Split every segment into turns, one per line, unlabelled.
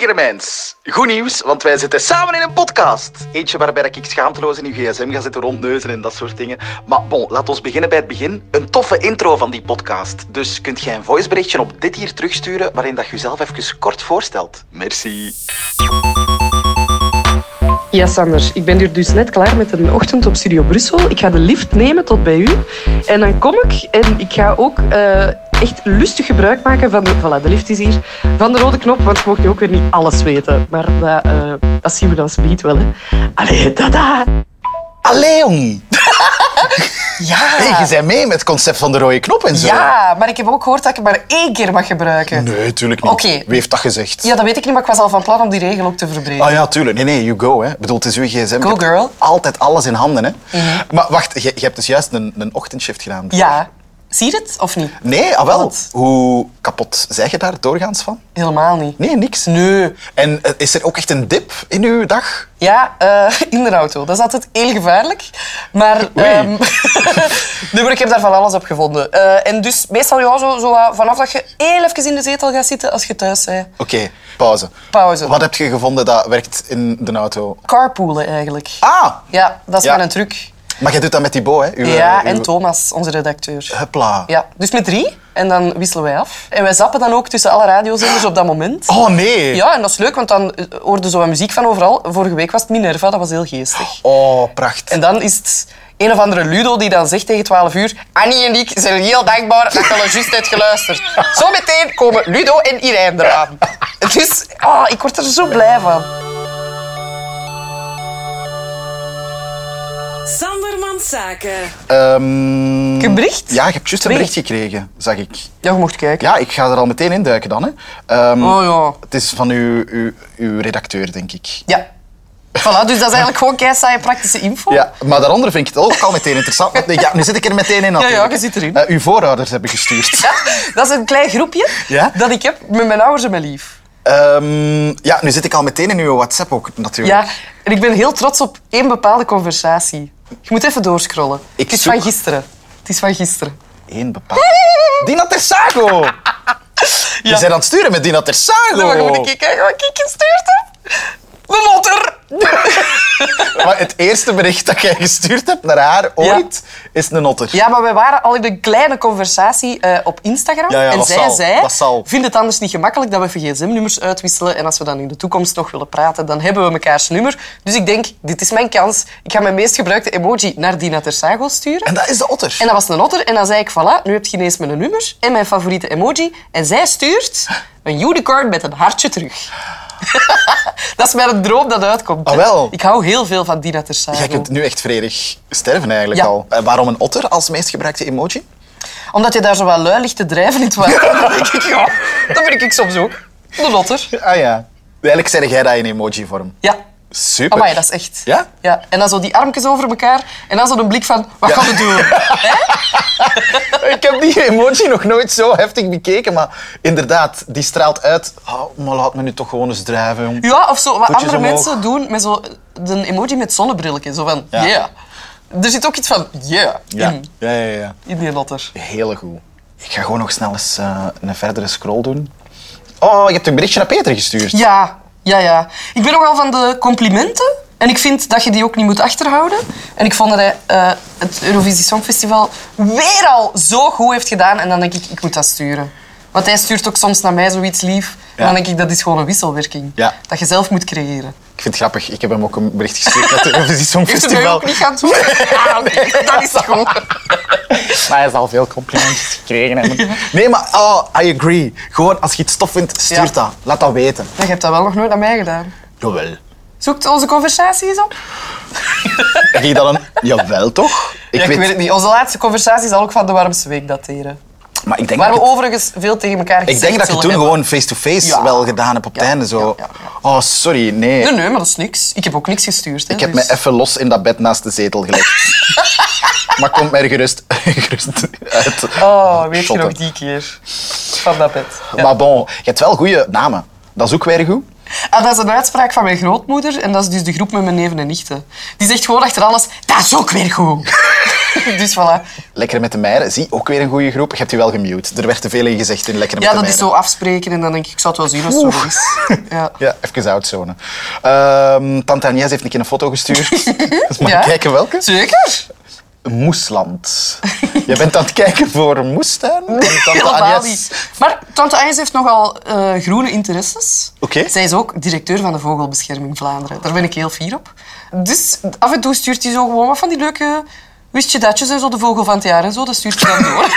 Vingermijns. Goed nieuws, want wij zitten samen in een podcast. Eentje waarbij ik schaamteloos in uw gsm ga zitten rondneuzen en dat soort dingen. Maar bon, laat ons beginnen bij het begin. Een toffe intro van die podcast. Dus kunt jij een voiceberichtje op dit hier terugsturen waarin dat je jezelf even kort voorstelt. Merci.
Ja, Sander, ik ben hier dus net klaar met een ochtend op Studio Brussel. Ik ga de lift nemen tot bij u. En dan kom ik en ik ga ook eh, echt lustig gebruik maken van de... Voilà, de lift is hier. Van de rode knop, want je mocht nu ook weer niet alles weten. Maar dat, eh, dat zien we dan speed wel, hè. Allee, tada!
Allee, jong.
Ja.
Hey, je bent mee met het concept van de rode knop en zo.
ja, maar ik heb ook gehoord dat ik het maar één keer mag gebruiken.
Nee, tuurlijk niet.
Oké.
Wie heeft dat gezegd?
Ja, dat weet ik niet, maar ik was al van plan om die regel ook te verbreden.
Ah ja, tuurlijk. Nee, nee, you go. Hè. Ik bedoel, het is uw gsm.
Go,
Je hebt
girl. Mhm.
Altijd alles in handen. Hè. Maar wacht, je, je hebt dus juist een, een ochtendshift gedaan.
Ja. Zie je het of niet?
Nee, ah wel.
Wat?
Hoe kapot zeg je daar doorgaans van?
Helemaal niet.
Nee, niks.
Nee.
En eh, is er ook echt een dip in uw dag?
Ja, eh, in de auto. Dat is altijd heel gevaarlijk. Maar,
Oei.
ehm, nee, maar ik heb daar van alles op gevonden. Eh, en dus meestal ja, zo, zo, wat vanaf dat je heel even in de zetel gaat zitten als je thuis bent.
Oké, pauze.
Pauze.
Wat heb je gevonden dat werkt in de auto?
Carpoolen eigenlijk.
Ah!
Ja, dat is
Ja.
wel een truc.
Maar jij doet dat met die Bo, hè? Uw, eh,
Ja,
uw-
en Thomas, onze redacteur.
Huppla.
Ja, dus met drie. En dan wisselen wij af. En wij zappen dan ook tussen alle radiozenders op dat moment.
Oh nee!
Ja, en dat is leuk, want dan eh, hoorde zo wat muziek van overal. Vorige week was het Minerva, dat was heel geestig.
Oh, prachtig.
En dan is het een of andere Ludo die dan zegt tegen 12 uur... Annie en ik zijn heel dankbaar dat je al juist hebt geluisterd. Zometeen komen Ludo en Irene eraan. Dus ah, ik word er zo blij van.
Sandermans Zaken.
Ehm,
Heb je een bericht?
Ja, je hebt juist een
Bericht?
bericht gekregen, zag ik.
Ja, je mocht kijken.
Ja, ik ga er al meteen in duiken dan. Hè. Ehm,
Oh ja.
Het is van uw, uw, uw redacteur, denk ik.
Ja. Voilà, dus dat is eigenlijk gewoon kei saaie praktische info.
Ja, maar daaronder vind ik het ook al meteen interessant. want ik- ja, nu zit ik er meteen in. natuurlijk.
ja, je zit erin.
Eh, uw voorouders hebben gestuurd.
Dat is een klein groepje
Ja?
dat ik heb met mijn ouders en mijn lief.
Ehm, ja, nu zit ik al meteen in uw WhatsApp ook natuurlijk.
Ja, en ik ben heel trots op één bepaalde conversatie. Je moet even doorscrollen.
Ik
het is
zoek-
van gisteren. Het is van gisteren.
Eén bepaald. Dina Tersago! Je bent aan het sturen met Dina Tersago.
Dan moet ik kijken wat ik gestuurd heb. De lotter.
Maar het eerste bericht dat jij gestuurd hebt naar haar ooit is een otter.
Ja, maar wij waren al in een kleine conversatie eh, op Instagram.
Ja, ja,
en
dat
zij
zal,
zei,
dat zal.
vindt het anders niet gemakkelijk dat we even gsm-nummers uitwisselen. En als we dan in de toekomst nog willen praten, dan hebben we mekaars nummer. Dus ik denk, dit is mijn kans. Ik ga mijn meest gebruikte emoji naar Dina Tersago sturen.
En dat is de otter.
En dat was een otter. En dan zei ik, voilà, nu heb je ineens mijn nummer en mijn favoriete emoji. En zij stuurt een unicorn met een hartje terug. dat is mijn droom dat uitkomt. hè.
Ah, wel.
Ik hou heel veel van Dina Tersago.
Jij kunt nu echt vredig sterven eigenlijk
Ja.
al. Eh, waarom een otter als meest gebruikte emoji?
Omdat je daar zo wel lui ligt te drijven in het water. dan denk ik, ja, dat ben ik soms ook. De otter.
Ah ja. Eigenlijk zeg jij dat in emoji-vorm.
Ja.
Super.
Amai, dat is echt.
Ja?
ja? En dan zo die armpjes over elkaar. En dan zo een blik van, wat gaan we doen?
Ik heb die emoji nog nooit zo heftig bekeken, maar inderdaad, die straalt uit. Oh, maar laat me nu toch gewoon eens drijven, jong.
Ja, of zo. Wat
Voetjes
andere
omhoog.
mensen doen met zo een emoji met zonnebrillen. Zo van,
Ja.
ja. Er zit ook iets van, yeah,
Ja.
in,
ja, ja, ja.
in die lotter.
Heel goed. Ik ga gewoon nog snel eens eh, een verdere scroll doen. Oh, je hebt een berichtje naar Peter gestuurd.
Ja, ja, ja. Ik ben nogal van de complimenten. En ik vind dat je die ook niet moet achterhouden. En ik vond dat hij eh, het Eurovisie Songfestival weer al zo goed heeft gedaan. En dan denk ik, ik moet dat sturen. Want hij stuurt ook soms naar mij zoiets lief.
Ja.
En dan denk ik, dat is gewoon een wisselwerking.
Ja.
Dat je zelf moet creëren.
Ik vind het grappig. Ik heb hem ook een bericht gestuurd met de Eurovisie
Heeft het mij
Songfestival.
ook niet gaan doen? Ah, nee, dat is goed.
Maar hij is al veel complimentjes gekregen. Nee, maar oh, I agree. Gewoon, als je iets tof vindt, stuur
Ja.
dat. Laat dat weten.
Maar je hebt dat wel nog nooit aan mij gedaan.
Jawel.
Zoekt onze conversatie eens op?
Heb je dat een... Jawel, toch?
Ja, Ik, weet... het niet. Onze laatste conversatie zal ook van de warmste week dateren.
Maar ik denk
Waar
dat
we
je,
overigens veel tegen elkaar
ik
gezegd
denk dat je
zullen
toen
hebben.
gewoon face-to-face
Ja.
wel gedaan hebt op het
Ja,
einde. Zo.
ja, ja,
Oh, sorry, nee.
Nee, nee, maar dat is niks. Ik heb ook niks gestuurd. Hè,
Ik heb
dus-
me even los in dat bed naast de zetel gelegd. maar kom mij gerust, gerust uit.
Oh, weet
Shotten.
je nog die keer? Van dat bed. Ja.
Maar bon, je hebt wel goede namen. Dat is ook weer goed.
Ah, dat is een uitspraak van mijn grootmoeder. En dat is dus de groep met mijn neven en nichten. Die zegt gewoon achter alles, dat is ook weer goed. dus voilà.
Lekker met de Meijer, zie, ook weer een goede groep. Je hebt u wel gemute. Er werd te veel in gezegd in Lekker
Ja,
met de
dat is
Meijer.
zo afspreken en dan denk ik, ik zou het wel zien als het zo is. Ja.
Ja, even outzonen. Ehm Tante Agnes heeft een keer een foto gestuurd. Dus mag ik
Ja?
kijken welke?
Zeker?
Moesland. Je bent aan het kijken voor een moestuin? Tante
Helemaal
Agnes.
niet. Maar tante Agnes heeft nogal eh, groene interesses.
Oké.
Zij is ook directeur van de Vogelbescherming Vlaanderen. Daar ben ik heel fier op. Dus af en toe stuurt hij zo gewoon wat van die leuke... Wist je datjes en zo, de vogel van het jaar en zo, dat stuurt hij dan door.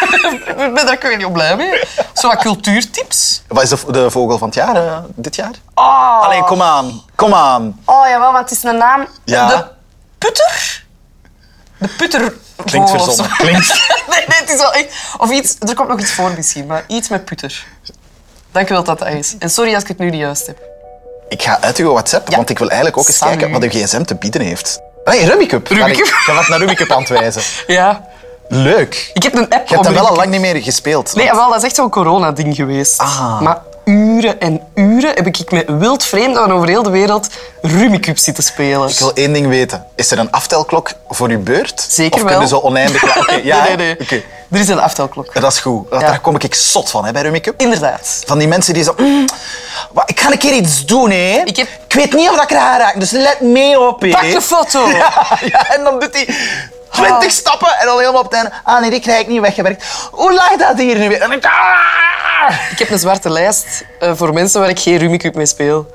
Daar ben ik wel heel blij mee. Zo wat cultuurtips.
Wat is de, de vogel van het jaar, eh, dit jaar?
Ah.
Allee, kom aan. Kom aan.
Oh jawel, want het is een naam.
Ja.
De putter? De putter. Oh,
Klinkt verzonnen. Klinkt...
nee, nee, het is wel echt. Of iets, er komt nog iets voor misschien, maar iets met putter. Dankjewel dat dat is. En sorry als ik het nu niet juist heb.
Ik ga uit uw WhatsApp,
Ja.
want ik wil eigenlijk ook eens
Salut.
kijken wat uw gsm te bieden heeft. Nee, Rummikub.
Rummikub.
Allee, Ik ga wat naar Rummikub aan het wijzen.
Ja.
Leuk.
Ik heb een app
Je hebt dat wel
om-
al lang niet meer gespeeld.
Nee, wel, dat is echt zo'n corona-ding geweest.
Ah.
Maar uren en uren heb ik met wild vreemden over heel de wereld Rummikub zitten spelen.
Ik wil één ding weten. Is er een aftelklok voor uw beurt?
Zeker
of
wel.
kunnen ze oneindig... Ja, Ah, oké, ja,
nee, nee, nee.
oké.
Er is een aftelklok.
Dat is goed. Want
Ja.
Daar kom ik zot van hè, bij Rummikub.
Inderdaad.
Van die mensen die zo... "Mm, wa- ik ga een keer iets doen, hè.
Ik heb-
weet niet of dat ik eraan raak, dus let mee op, hè.
Pak de foto!
ja, en dan doet hij 20
Ah.
stappen en dan helemaal op het einde. Ah nee, die krijg ik niet weggewerkt. Hoe lag dat hier nu weer? En dan... Ah!
Ik heb een zwarte lijst eh, voor mensen waar ik geen Rummikub mee speel.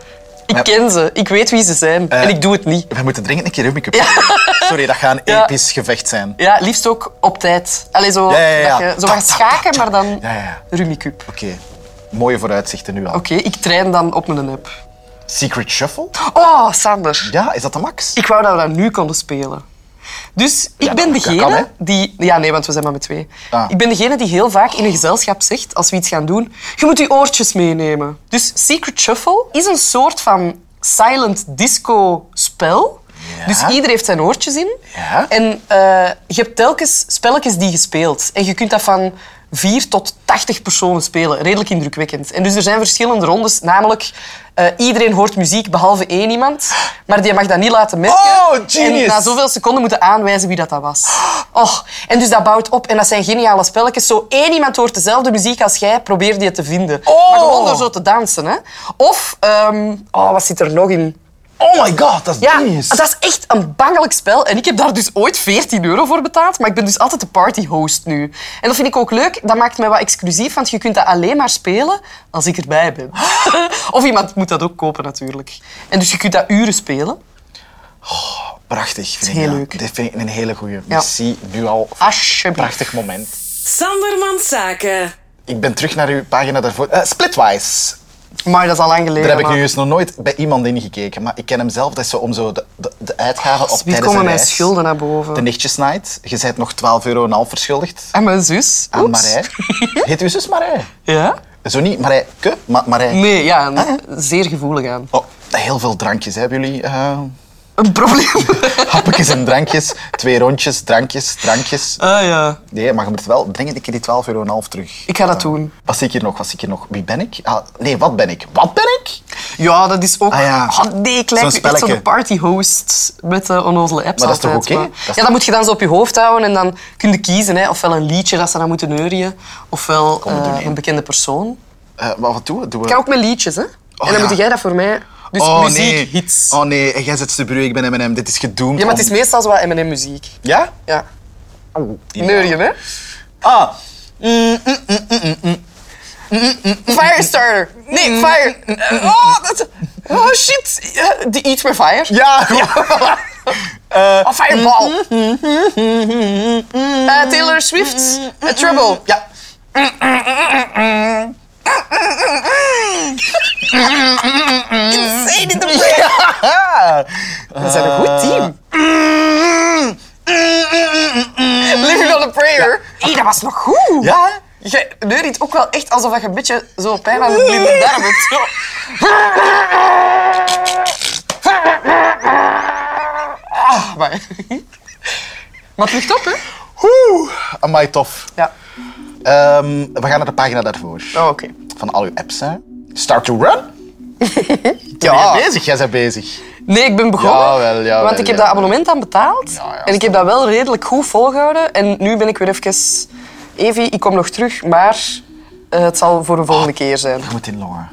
Ik
Ja. Eh.
ken ze, ik weet wie ze zijn en ik doe het niet.
We moeten dringend een keer Rummikub spelen. Sorry, dat gaat een
Ja.
episch gevecht zijn.
Ja, liefst ook op tijd. Allee, zo,
Ja, ja, ja.
Dat je, zo wat schaken, maar dan
Ja, ja, ja.
Rummikub.
Oké, mooie vooruitzichten nu al.
Oké, ik train dan op mijn app.
Secret Shuffle?
Oh, Sander.
Ja, is dat de max?
Ik wou dat we dat nu konden spelen. Dus ik ben
dat
degene
kan, hè?
die... Ja, nee, want we zijn maar met twee.
Ah.
Ik ben degene die heel vaak in een gezelschap zegt, als we iets gaan doen, je moet je oortjes meenemen. Dus Secret Shuffle is een soort van silent disco spel.
Ja.
Dus ieder heeft zijn oortjes in.
Ja.
En eh, je hebt telkens spelletjes die je speelt. En je kunt dat van 4 tot 80 personen spelen. Redelijk indrukwekkend. En dus er zijn verschillende rondes. Namelijk, eh, iedereen hoort muziek behalve één iemand. Maar die mag dat niet laten merken.
Oh, genius.
En na zoveel seconden moeten aanwijzen wie dat, dat was. Oh, en dus dat bouwt op. En dat zijn geniale spelletjes. Zo één iemand hoort dezelfde muziek als jij. Probeer die te vinden.
Oh.
Maar gewoon door zo te dansen. Hè. Of, ehm, oh, wat zit er nog in?
Oh my god, dat is
Ja,
genius.
dat is echt een bangelijk spel. En ik heb daar dus ooit 14 euro voor betaald. Maar ik ben dus altijd de partyhost nu. En dat vind ik ook leuk. Dat maakt mij wat exclusief, want je kunt dat alleen maar spelen als ik erbij ben. of iemand moet dat ook kopen, natuurlijk. En dus je kunt dat uren spelen.
Prachtig. Vind
heel
ik, ja.
leuk.
Dit vind ik een hele goeie. Merci nu al. voor
Alsjeblieft.
een Prachtig moment.
Sandermans Zaken.
Ik ben terug naar uw pagina daarvoor. Eh, Splitwise.
Maar dat is al lang geleden.
Daar heb ik nu
maar-
eens nog nooit bij iemand in gekeken. Maar ik ken hem zelf. Dat is zo om zo de, de, de uitgaven op
Wie
tijdens
komen
een
mijn
reis.
schulden naar boven?
De nichtjesnight. Je bent nog 12,5 euro verschuldigd
En Ah, mijn zus?
aan
Oeps.
Marij. Heet uw zus Marij?
Ja?
Zo niet Marijke, maar Marij.
Nee, ja.
Ah,
een- Zeer gevoelig aan.
Oh, heel veel drankjes hè, hebben jullie. eh
Een probleem.
happetjes en drankjes. Twee rondjes, drankjes, drankjes.
ah ja.
Nee, maar je moet wel dringend een keer die 12,5 euro terug. eh,
Ik ga dat doen.
Wat zie ik hier nog? Wat zie ik hier nog? Wie ben ik? Ah, nee, wat ben ik? Wat ben ik?
Ja, dat is ook...
Ah ja.
Ah, nee, ik
Zo'n
lijk nu echt
spelletje.
zo'n partyhost met de onnozele apps
Maar dat is toch
altijd,
oké? Dat
maar-
is
Ja, dat
toch-
moet je dan zo op je hoofd houden en dan kun je kiezen. Hè. Ofwel een liedje dat ze dan moeten neurien, ofwel
we doen
eh,
één.
een bekende persoon.
Eh, maar wat doen we? Doen we...
Ik kan ook met liedjes, hè. en dan
Oh, ja.
moet jij dat voor mij... Dus muziek, hits.
Oh nee, en jij zit te bruin, ik ben M&M. Dit is gedoemd.
Ja, maar het is Oh,
om-
meestal zo wat M&M-muziek.
Ja?
Ja.
Ideaal.
Neurien, hè.
Ah,
Firestarter. Nee, fire. Oh, dat... Oh, shit. Ja, Die Eat with Fire.
ja, goed.
Oh, fireball. Eh, Taylor Swift. A Trouble.
mm. Ja.
Insane in the
Ja.
Ah. We Mm-hmm. zijn een
Ah. Eh,
goed team. Mm-hmm. Living on a prayer. Hé, dat was nog goed.
Ja, hè?
Je neuriet ook wel echt alsof je een beetje zo pijn aan de blinde darm hebt. Zo. Ah, maar. Maar het ligt op, hè?
Oeh, amai tof.
Ja.
Ehm, we gaan naar de pagina daarvoor.
Oh, oké.
Van al uw apps, hè. Start to run?
Ja.
Ben je bezig? Jij bent bezig.
Nee, ik ben begonnen.
Jawel, jawel,
want ik heb
jawel.
dat abonnement aan betaald.
Ja, ja,
en ik heb dat wel redelijk goed volgehouden. En nu ben ik weer even... Evi, ik kom nog terug, maar eh, het zal voor een volgende
Oh.
keer zijn.
Ik moet inloggen.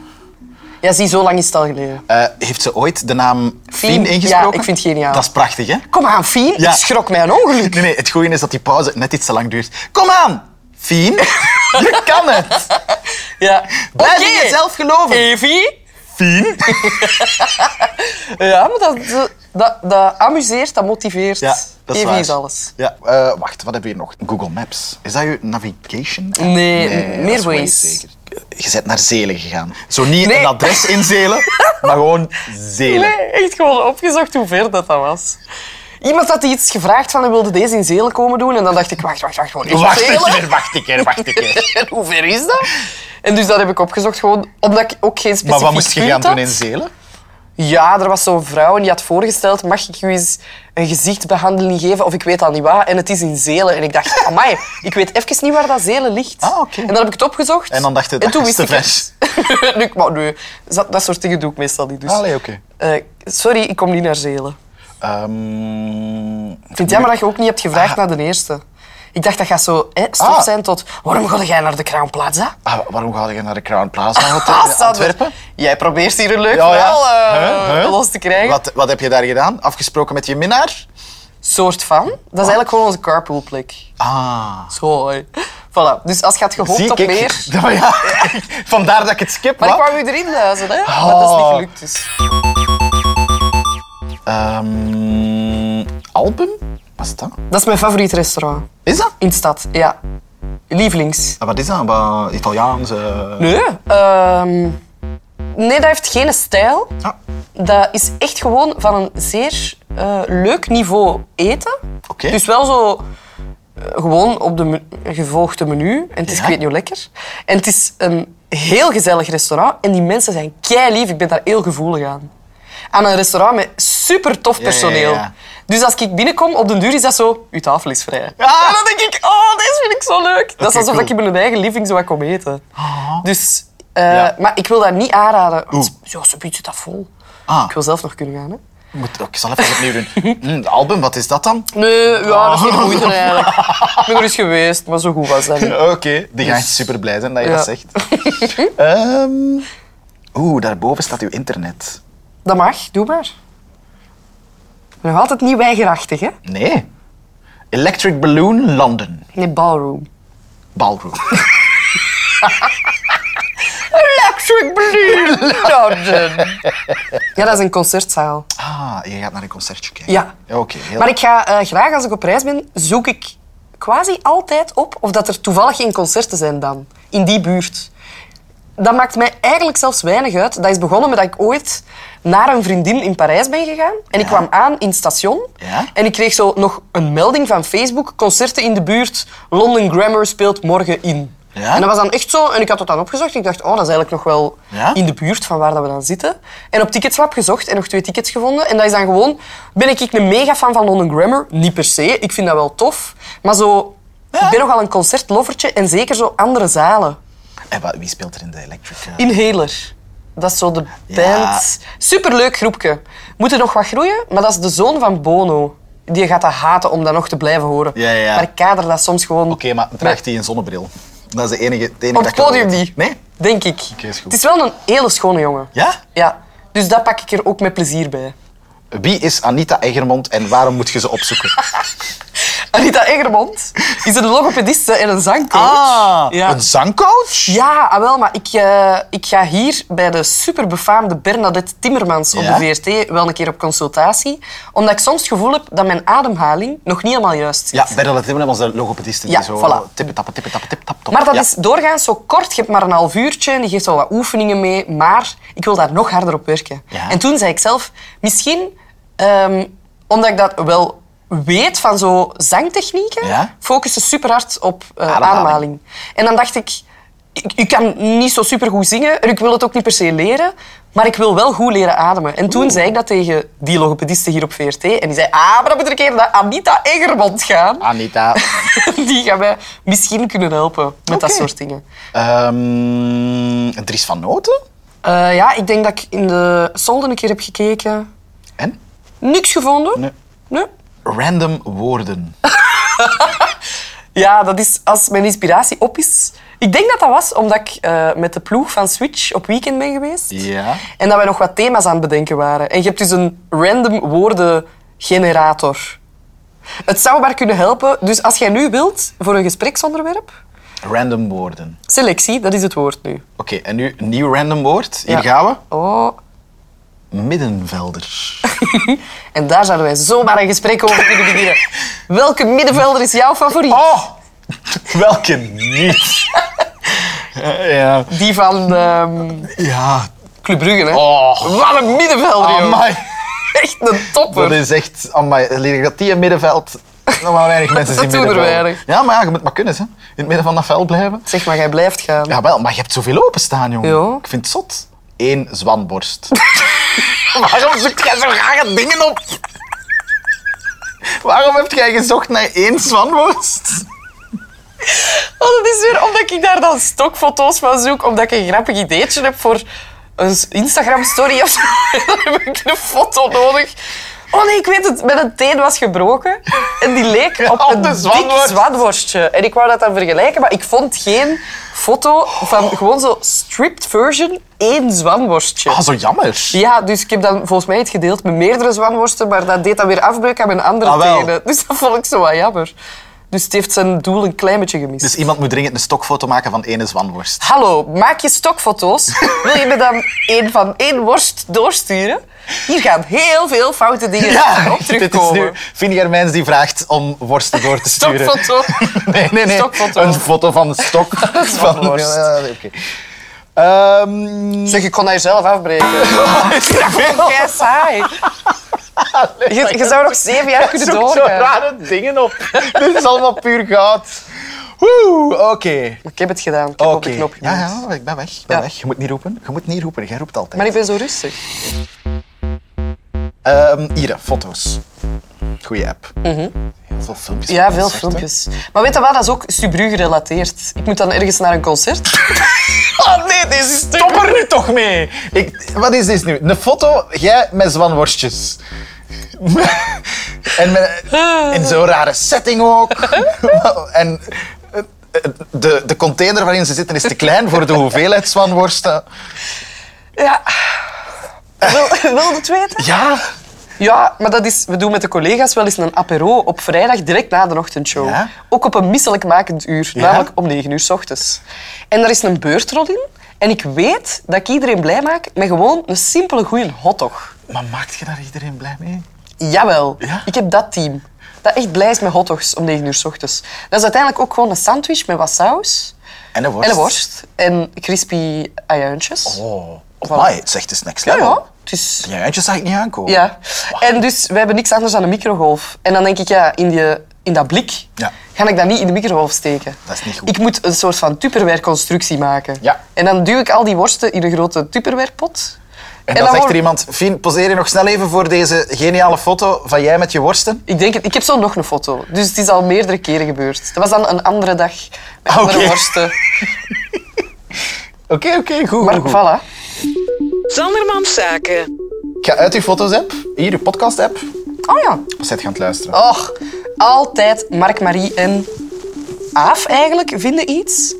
Ja, zie, zo lang is het al geleden.
Eh, heeft ze ooit de naam Fien,
Fien,
ingesproken?
ja, ik vind het geniaal.
Dat is prachtig, hè?
Kom aan, Fien.
Ja.
Ik schrok mij een ongeluk.
Nee, nee, het goede is dat die pauze net iets te lang duurt. Kom aan, Fien. Je kan het.
Ja.
Blijf
Oké.
in jezelf geloven.
Evi.
Fien.
Ja, maar dat, dat, dat, dat amuseert, dat motiveert.
Ja, dat is
Evi
waar.
is alles.
Ja, eh, wacht, wat hebben we hier nog? Google Maps. Is dat je navigation? app?
Nee, meer
dat is Waze,
Waze.
zeker. Je bent naar Zelen gegaan. Zo niet
Nee.
een adres in Zelen, maar gewoon Zelen.
Nee, echt gewoon opgezocht hoe ver dat, dat was. Iemand had iets gevraagd van, hij wilde deze in Zelen komen doen. En dan dacht ik, wacht, wacht, wacht, gewoon echt
Wacht een
Zelen?
keer, wacht een keer, wacht een keer.
Hoe ver is dat? En dus dat heb ik opgezocht, gewoon omdat ik ook geen specifiek
Maar wat moest je
punt
gaan doen
had.
in Zelen?
Ja, er was zo'n vrouw en die had voorgesteld, mag ik u eens een gezichtbehandeling geven? Of ik weet al niet wat. En het is in Zelen. En ik dacht, amai, ik weet even niet waar dat Zelen ligt.
Ah, oké.
En dan heb ik het opgezocht.
En dan dacht je,
En
dat
toen
is te
wist ik
ver.
het. nu, maar nee, dat, dat soort dingen doe ik meestal niet. Dus.
Allee, Ah, oké.
Eh, sorry, ik kom niet naar Zelen.
Ehm,
Ik vind het jammer dat je ook niet hebt gevraagd naar de eerste. Ik dacht, dat gaat zo hè, stof
Ah.
zijn tot... Waarom ga jij naar de Crown Plaza?
ah, waarom ga je naar de Crown Plaza Hotel
Ah,
in
Sander,
Antwerpen?
Jij probeert hier een leuk
Ja, ja.
verhaal eh,
Huh, huh?
los te krijgen.
Wat, wat heb je daar gedaan? Afgesproken met je minnaar?
Soort van. Dat is eigenlijk gewoon onze carpoolplek.
Ah.
Zo, hé. Voilà. Dus als je had gehoopt op
ik-
meer...
Ja, maar ja, vandaar dat ik het skip.
Maar ik
wat? Ah.
wou u erin duizen, hè. Maar dat is niet gelukt, dus.
Ehm, album? Wat is dat?
Dat is mijn favoriet restaurant.
Is dat?
In de stad, ja. Lievelings.
Ah, Wat is dat? Wat Italiaans? eh?
Nee. Ehm, nee, dat heeft geen stijl.
Ah,
Dat is echt gewoon van een zeer eh, leuk niveau eten.
Oké.
Dus wel zo eh, gewoon op de me- gevolgde menu. En het is,
Ja.
ik weet niet hoe lekker. En het is een heel gezellig restaurant. En die mensen zijn kei lief. Ik ben daar heel gevoelig aan. Aan een restaurant met super tof
ja,
personeel.
ja.
Dus als ik binnenkom, op den duur is dat zo... Uw tafel is vrij.
Ah.
En dan denk ik, oh, deze vind ik zo leuk.
Oké,
Dat is alsof
cool. Ah.
ik in mijn eigen living zo wat kom eten. Dus... eh,
Ja.
Maar ik wil dat niet aanraden. want Ja, ze biedt dat vol.
Ah.
Ik wil zelf nog kunnen gaan, hè.
moet, ik zal even opnieuw doen. Hm, het album, wat is dat dan?
Nee, ja, dat is geen moeite eigenlijk. Ik ben er eens geweest, maar zo goed was dat niet.
Oké, die gaan super blij zijn dat je
Dus- Ja.
dat zegt. Ehm, Oeh, daarboven staat uw internet.
Dat mag, doe maar. Nog altijd niet weigerachtig, hè?
Nee. Electric Balloon London.
Nee, ballroom.
Ballroom.
Electric Blue London. Ja, dat is een concertzaal.
Ah, je gaat naar een concertje kijken.
Ja.
Oké, heel
Maar ik ga eh, graag, als ik op reis ben, zoek ik quasi altijd op of dat er toevallig geen concerten zijn dan, in die buurt. Dat maakt mij eigenlijk zelfs weinig uit. Dat is begonnen met dat ik ooit naar een vriendin in Parijs ben gegaan. En ik kwam aan in het station.
Ja.
En ik kreeg zo nog een melding van Facebook. Concerten in de buurt. London Grammar speelt morgen in.
Ja.
En dat was dan echt zo. En ik had dat dan opgezocht. Ik dacht, oh, dat is eigenlijk nog wel
Ja.
in de buurt van waar dat we dan zitten. En op Ticketslab gezocht en nog twee tickets gevonden. En dat is dan gewoon... Ben ik een mega fan van London Grammar? Niet per se. Ik vind dat wel tof. Maar zo... Ik ben nogal een concertlovertje en zeker zo andere zalen.
En wat- Eh, wie speelt er in de Electric? eh?
Inhaler. Dat is zo de
Ja.
band. Superleuk groepje. Moet er nog wat groeien, maar dat is de zoon van Bono. Die gaat dat haten om dat nog te blijven horen.
Ja, ja.
Maar ik kader dat soms gewoon...
Oké, maar draagt hij een zonnebril? Dat is de enige, het enige
Op
dat
het
ik wil
podium
weten.
niet.
Nee?
Denk ik.
is goed.
Het is wel een hele schone jongen.
Ja?
Ja. Dus dat pak ik er ook met plezier bij.
Wie is Anita Egermond en waarom moet je ze opzoeken?
Anita Egermond is een logopediste en een zangcoach. Ah, ja.
Ah, een zangcoach?
Ja, ah wel, maar ik, eh, ik ga hier bij de superbefaamde Bernadette Timmermans op
Ja?
de VRT wel een keer op consultatie. Omdat ik soms het gevoel heb dat mijn ademhaling nog niet helemaal juist zit.
Ja, Bernadette Timmermans, de logopediste. die
Ja,
zo
voilà.
tippen, tappen, tippen, tappen, tippen, tappen.
Maar dat
Ja.
is doorgaans zo kort. Je hebt maar een half uurtje en die geeft al wat oefeningen mee. Maar ik wil daar nog harder op werken.
Ja.
En toen zei ik zelf, misschien ehm, omdat ik dat wel weet van zo zangtechnieken,
Ja.
focussen super hard op eh,
Ademhaling.
ademhaling. En dan dacht ik, ik, ik kan niet zo super goed zingen en ik wil het ook niet per se leren. Maar ik wil wel goed leren ademen. En toen zei ik dat tegen die logopediste hier op VRT. En die zei, ah, maar dan moet er een keer naar Anita Eggermond gaan.
Anita.
Die gaan mij misschien kunnen helpen met dat
Oké.
soort dingen.
Ehm Dries van Noten?
Eh, ja, ik denk dat ik in de solden een keer heb gekeken.
En?
Niks gevonden?
Nee.
Nee?
Random woorden.
Ja, dat is als mijn inspiratie op is. Ik denk dat dat was omdat ik eh, met de ploeg van Switch op weekend ben geweest.
Ja.
En dat wij nog wat thema's aan het bedenken waren. En je hebt dus een random woordengenerator. Het zou maar kunnen helpen. Dus als jij nu wilt voor een gespreksonderwerp,
Random woorden.
selectie, dat is het woord nu.
Oké, en nu een nieuw random woord. Hier
Ja.
gaan we.
Oh.
Middenvelder.
En daar zouden wij zomaar een gesprek over kunnen beginnen. Welke middenvelder is jouw favoriet?
Oh! Welke niet? Eh, ja.
Die van ehm
Ja.
Club Brugge, hè?
Oh.
Wat een middenvelder, joh.
Amai.
Echt een topper.
Dat is echt... Amai. Leer dat die in middenveld... Nog maar weinig mensen
Dat
zien
doen er
middenvelder.
weinig.
Ja, maar ja, je moet maar kunnen, hè. In het midden van dat veld blijven.
Zeg maar, jij blijft gaan.
Ja, wel, maar je hebt zoveel openstaan, jongen.
Ja.
Ik vind het zot. Eén zwanborst. Waarom zoekt jij zo rare dingen op? Waarom heb jij gezocht naar één zwanborst?
Oh, dat is weer omdat ik daar dan stokfoto's van zoek, omdat ik een grappig ideetje heb voor een Instagram-story of zo. Dan heb ik een foto nodig. Oh nee, ik weet het. Mijn teen was gebroken en die leek op
op
een
de
dik
zwanworst.
zwanworstje. En ik wou dat dan vergelijken, maar ik vond geen foto van
Oh.
gewoon zo stripped version één zwanworstje.
Ah, zo jammer.
Ja, dus ik heb dan volgens mij het gedeeld met meerdere zwanworsten, maar dat deed dan weer afbreuk aan mijn andere
Ah, wel.
tenen. Dus dat vond ik zo wat jammer. Dus het heeft zijn doel een klein beetje gemist.
Dus iemand moet dringend een stokfoto maken van één zwanworst.
Hallo, maak je stokfoto's. Wil je me dan één van één worst doorsturen? Hier gaan heel veel foute dingen op
dit is
terugkomen.
nu Fini Germijns die vraagt om worsten door te sturen.
Stokfoto.
Nee, nee, nee.
Stokfoto.
Een foto van de stok. van
Zwanworst.
Ja, oké. Ehm,
Zeg, je kon dat jezelf afbreken. Kei saai. Je, je zou nog zeven jaar kunnen
zoek zo
doorgaan.
rare dingen op. Dit is allemaal puur goud. Woe, oké.
Ik heb het gedaan. Ik heb op de knop
Ja,
gedrukt.
ja, ik ben weg. Ik ben
Ja.
weg. Je moet niet roepen. Je moet niet roepen. Jij roept altijd.
Maar ik ben zo rustig.
Ehm, hier, foto's. Goeie app. Heel veel filmpjes. van
Mhm. Ja, veel
concerten.
filmpjes. Maar weet je wat? Dat is ook Subru gerelateerd. Ik moet dan ergens naar een concert. oh nee, deze is te
Stop er nu toch mee! Ik, wat is dit nu? Een foto, jij met zwanworstjes. en met, in zo'n rare setting ook. en eh, eh, de, de container waarin ze zitten is te klein voor de hoeveelheid zwanworsten.
Ja. Wil, wil je het weten?
Ja,
Ja, maar dat is, we doen met de collega's wel eens een apero op vrijdag direct na de ochtendshow.
Ja.
Ook op een misselijkmakend uur,
Ja.
namelijk om 9 uur s ochtends. En daar is een beurtrol in. En ik weet dat ik iedereen blij maak met gewoon een simpele goede hotdog.
maar maakt je daar iedereen blij mee?
Jawel,
Ja?
ik heb dat team. Dat echt blij is met hotdogs om 9 uur s ochtends. Dat is uiteindelijk ook gewoon een sandwich met wat saus.
En een worst.
En een worst. En crispy ajuintjes.
Oh, amai, het is echt een next
ja,
level.
ja. Het is
Die uitjes zag ik niet aankomen.
Ja. En dus we hebben niks anders dan een microgolf. En dan denk ik, ja, in, die, in dat blik
Ja.
ga ik dat niet in de microgolf steken.
Dat is niet goed.
Ik moet een soort van tupperware-constructie maken.
Ja.
En dan duw ik al die worsten in een grote tupperware-pot.
En dan zegt er
wordt-
iemand, Fien, poseer je nog snel even voor deze geniale foto van jij met je worsten.
Ik denk het. Ik heb zo nog een foto. Dus het is al meerdere keren gebeurd. Dat was dan een andere dag met
Ah,
andere
oké.
worsten.
Oké, oké, goed.
Maar
goed, goed.
voilà.
Sandermans Zaken.
Ik ga uit uw foto's-app, hier, uw podcast-app.
Oh ja.
Zet gaan het luisteren.
Och, Oh, altijd Mark, Marie en Aaf eigenlijk vinden iets.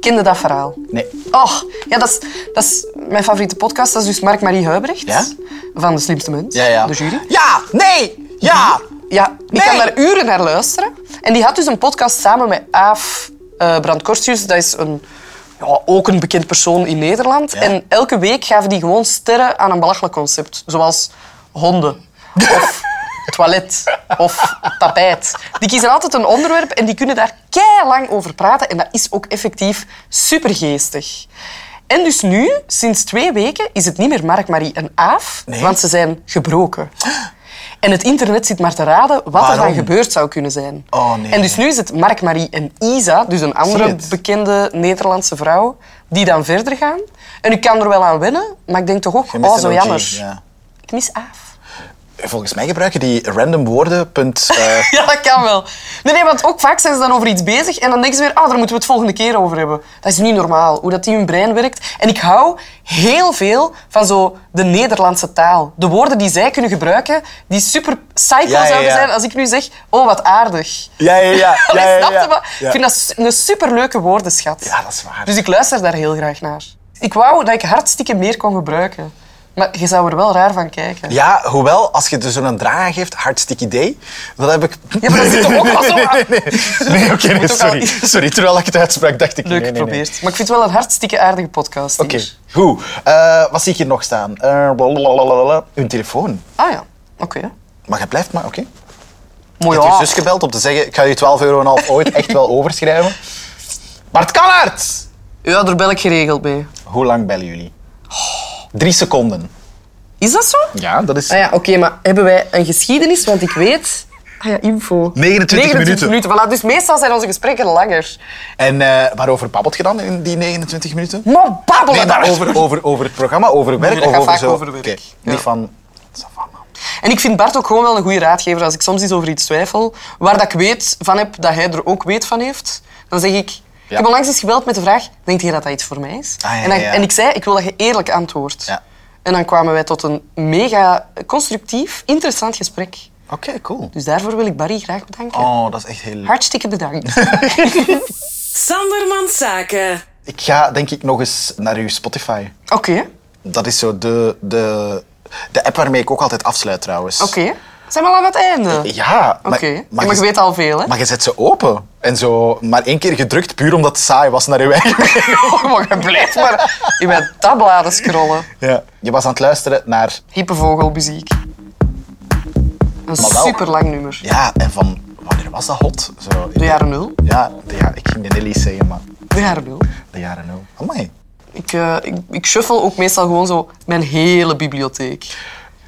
Kende dat verhaal?
Nee.
Och, ja, dat is, dat is mijn favoriete podcast. Dat is dus Mark-Marie Huibrecht.
Ja?
Van De Slimste Mens,
Ja, ja.
de jury.
Ja, nee, ja.
Ja, Oh, die
Nee!
kan daar uren naar luisteren. En die had dus een podcast samen met Aaf eh Brandkorstius. Dat is een, ja, ook een bekend persoon in Nederland. En elke week gaven die gewoon sterren aan een belachelijk concept. Zoals honden. Of toilet. Of tapijt. Die kiezen altijd een onderwerp en die kunnen daar lang over praten. En dat is ook effectief supergeestig. En dus nu, sinds twee weken, is het niet meer Mark, Marie en Aaf. Want ze zijn gebroken. En het internet zit maar te raden wat er
Waarom?
dan gebeurd zou kunnen zijn.
Oh, nee.
En dus nu is het Mark, Marie en Isa, dus een
Zie
andere
het.
bekende Nederlandse vrouw, die dan verder gaan. En ik kan er wel aan wennen, maar ik denk toch ook,
Je mist
oh
een
zo
OG,
jammer.
Ja.
Ik mis Aaf.
Volgens mij gebruiken die random woorden. Punt, eh,
Ja, dat kan wel. Nee, nee, want ook vaak zijn ze dan over iets bezig en dan denken ze weer, ah, daar moeten we het volgende keer over hebben. Dat is niet normaal, hoe dat in hun brein werkt. En ik hou heel veel van zo de Nederlandse taal. De woorden die zij kunnen gebruiken, die super psycho
Ja, ja,
zouden
ja.
zijn als ik nu zeg, oh, wat aardig.
ja, ja, ja. ja,
Allee,
ja,
snap je?
ja.
Maar
Ja.
Ik vind dat su- een superleuke woordenschat.
Ja, dat is waar.
Dus ik luister daar heel graag naar. Ik wou dat ik hartstikke meer kon gebruiken. Maar je zou er wel raar van kijken.
Ja, hoewel, als je er zo'n draai aan geeft, hartstikke idee, dat heb ik...
Ja, maar dat zit toch ook al zo aan?
Nee, nee, nee. Nee, oké, nee,
moet ook
sorry.
al-
Sorry, terwijl ik het uitsprak, dacht ik... nee,
Leuk
nee, nee.
geprobeerd. Maar ik vind het wel een hartstikke aardige podcast.
Oké,
hier.
goed. Eh, wat zie ik hier nog staan? Eh, blablabla. Hun telefoon.
Ah ja, oké.
Maar je blijft maar, oké.
Mooi
Ik heb
ah. Oh ja.
je zus gebeld om te zeggen, ik ga je 12,5 euro en half ooit echt wel overschrijven. Bart Kallaert!
Ja, daar bel ik geregeld mee.
Hoe lang bellen jullie? Drie seconden.
Is dat zo?
Ja, dat is...
Ah ja, oké, maar hebben wij een geschiedenis? Want ik weet... Ah ja, info.
29 minuten.
voilà. Dus meestal zijn onze gesprekken langer.
En eh, waarover babbelt je dan in die 29 minuten?
Oh, Maar babbelen
Nee, maar
daar.
over, over, over het programma, over werk
Nee, dat
of
gaat
over
vaak
zo?
over werk.
Oké,
Ja.
Niet van... ça va, man.
En ik vind Bart ook gewoon wel een goede raadgever. Als ik soms iets over iets twijfel, waar dat ik weet van heb, dat hij er ook weet van heeft, dan zeg ik... Ik heb onlangs eens gebeld met de vraag, denkt jij dat dat iets voor mij is?
Ah, ja,
en, dan-
ja.
en ik zei, ik wil dat je eerlijk antwoordt.
Ja.
En dan kwamen wij tot een mega constructief, interessant gesprek.
Oké, cool.
Dus daarvoor wil ik Barry graag bedanken.
Oh, dat is echt heel leuk.
Hartstikke bedankt.
Sanderman Zaken.
Ik ga denk ik nog eens naar uw Spotify.
Oké,
Dat is zo de, de, de app waarmee ik ook altijd afsluit trouwens.
oké. Zijn we al aan het einde?
Ja, maar,
Oké. Ja, maar je weet al veel, hè?
Maar je zet ze open. En zo maar één keer gedrukt, puur omdat het saai was naar uw eigen
Oh, maar je blijft maar in mijn tabbladen scrollen.
ja. Je was aan het luisteren naar...
Hippenvogelmuziek. Een
Maar wel-
superlang nummer.
Ja, en van... Wanneer was dat hot? Zo,
De jaren nul.
Ja, de ja, ik ging de Nelly's zeggen, maar
De jaren nul.
de jaren nul. Amai.
Ik, eh, ik, ik shuffle ook meestal gewoon zo mijn hele bibliotheek.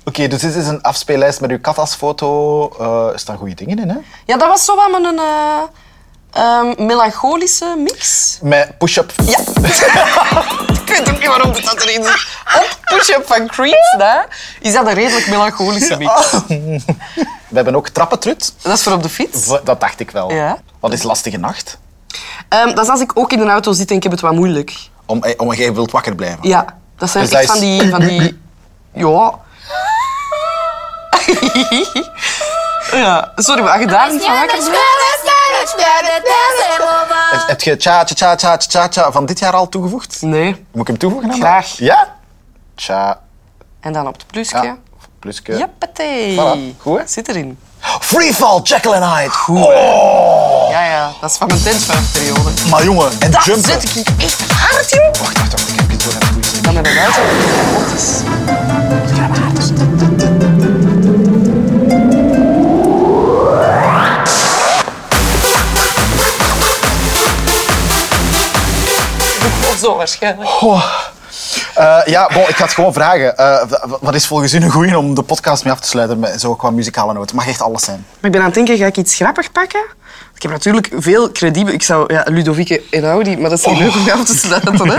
Oké, dus dit is een afspeellijst met uw kat als foto. Eh, er staan goede dingen in, hè?
Ja, dat was zo wat met een eh, ehm, melancholische mix.
Met push-up.
Ja. ik weet ook niet waarom dat dat erin zit. Op push-up van Creed, hè, is dat een redelijk melancholische mix.
We hebben ook trappentrut.
Dat is voor op de fiets.
V- Dat dacht ik wel.
Ja.
Wat is lastige nacht?
Ehm, dat is als ik ook in de auto zit en ik heb het wat moeilijk.
Om, eh, om jij wilt wakker blijven.
Ja, dat zijn
Dus
echt
dat
van
is-
die, van die... Ja. ja. Sorry, maar als je daar niet van wakker bent...
Heb- Heb je tja, tja, tja, tja, tja, tja van dit jaar al toegevoegd?
Nee.
Moet ik hem toevoegen? aan dat?
Graag.
Ja? Tja.
En dan op het plusje.
Ja.
Ja.
Pluske.
Jappatee.
Voilà. Goed, hè?
Zit erin.
Freefall, Jekyll and Hyde. Goed.
Ja, ja. Dat is van mijn tentvuilperiode.
Maar jongen, en
Dat
jumpen.
zit ik hier echt hard, joh.
Wacht, wacht, wacht. Ik heb het zo net goed gezien.
Dan met een auto. Dat is... Of zo waarschijnlijk.
Eh, ja, bon, ik ga het gewoon vragen. Eh, w- w- wat is volgens u een goeie om de podcast mee af te sluiten? met Zo qua muzikale noot. Het mag echt alles zijn.
Maar ik ben aan het denken, ga ik iets grappig pakken? Want Ik heb natuurlijk veel credibel... Ik zou... Ja, Ludovice en Audi, maar dat is niet leuk om mee af te sluiten.
Oh.
Hè?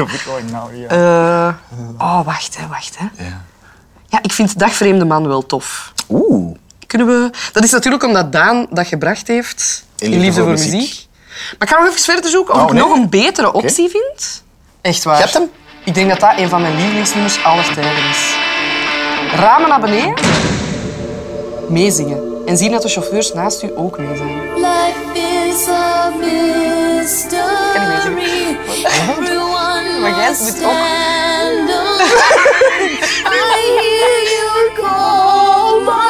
nou,
Eh, oh, wacht, hè, wacht. Hè. Ja. ik vind Dagvreemde Man wel tof.
Oeh.
Kunnen we... Dat is natuurlijk omdat Daan dat gebracht heeft in Liefde, voor, muziek. Maar ik ga nog even verder zoeken of
Oh,
ik
nee.
nog een betere optie vind. Echt waar.
Je hebt hem?
Ik denk dat dat een van mijn lievelingsnummers aller tijden is. Ramen naar beneden. Meezingen. En zien dat de chauffeurs naast u ook meezingen.
Life is a mystery. Everyone
Maar jij
must
doet ook.
stand alone. I hear you call my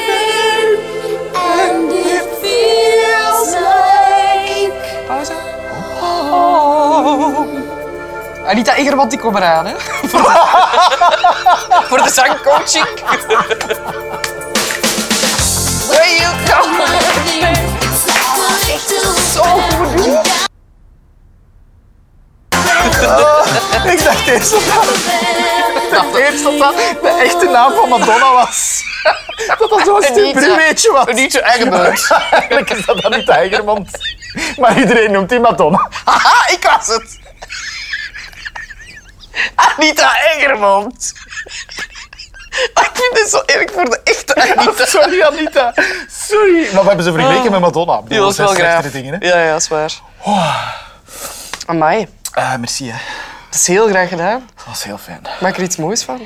name, and it feels like
Pauze. Oh. Anita Egerman, die komt eraan, hè? Voor de zangcoaching. Hey, you come.
there's nothing to
Zo goed.
Ik dacht eerst dat
Dat eerst dat dat de
de
echte
naam van Madonna was. Dat dat zo'n
Anita.
stipuweetje was.
Anita Egberts.
Eigenlijk is dat dan niet Tigermond. Maar iedereen noemt die Madonna.
Haha, ik was het. Ah, Anita Egermond. Maar ik vind dit zo erg voor de echte Anita.
Sorry, Anita. Sorry. Maar we hebben ze vergeleken met Madonna. Ik bedoel, Oh, dat
Ah. Die was
zijn
wel graaf.
slechtere dingen, hè?
Ja, ja, dat is waar. Amai,
Ah, merci, hè.
dat is heel graag gedaan.
Dat was heel fijn.
Maak er iets moois van.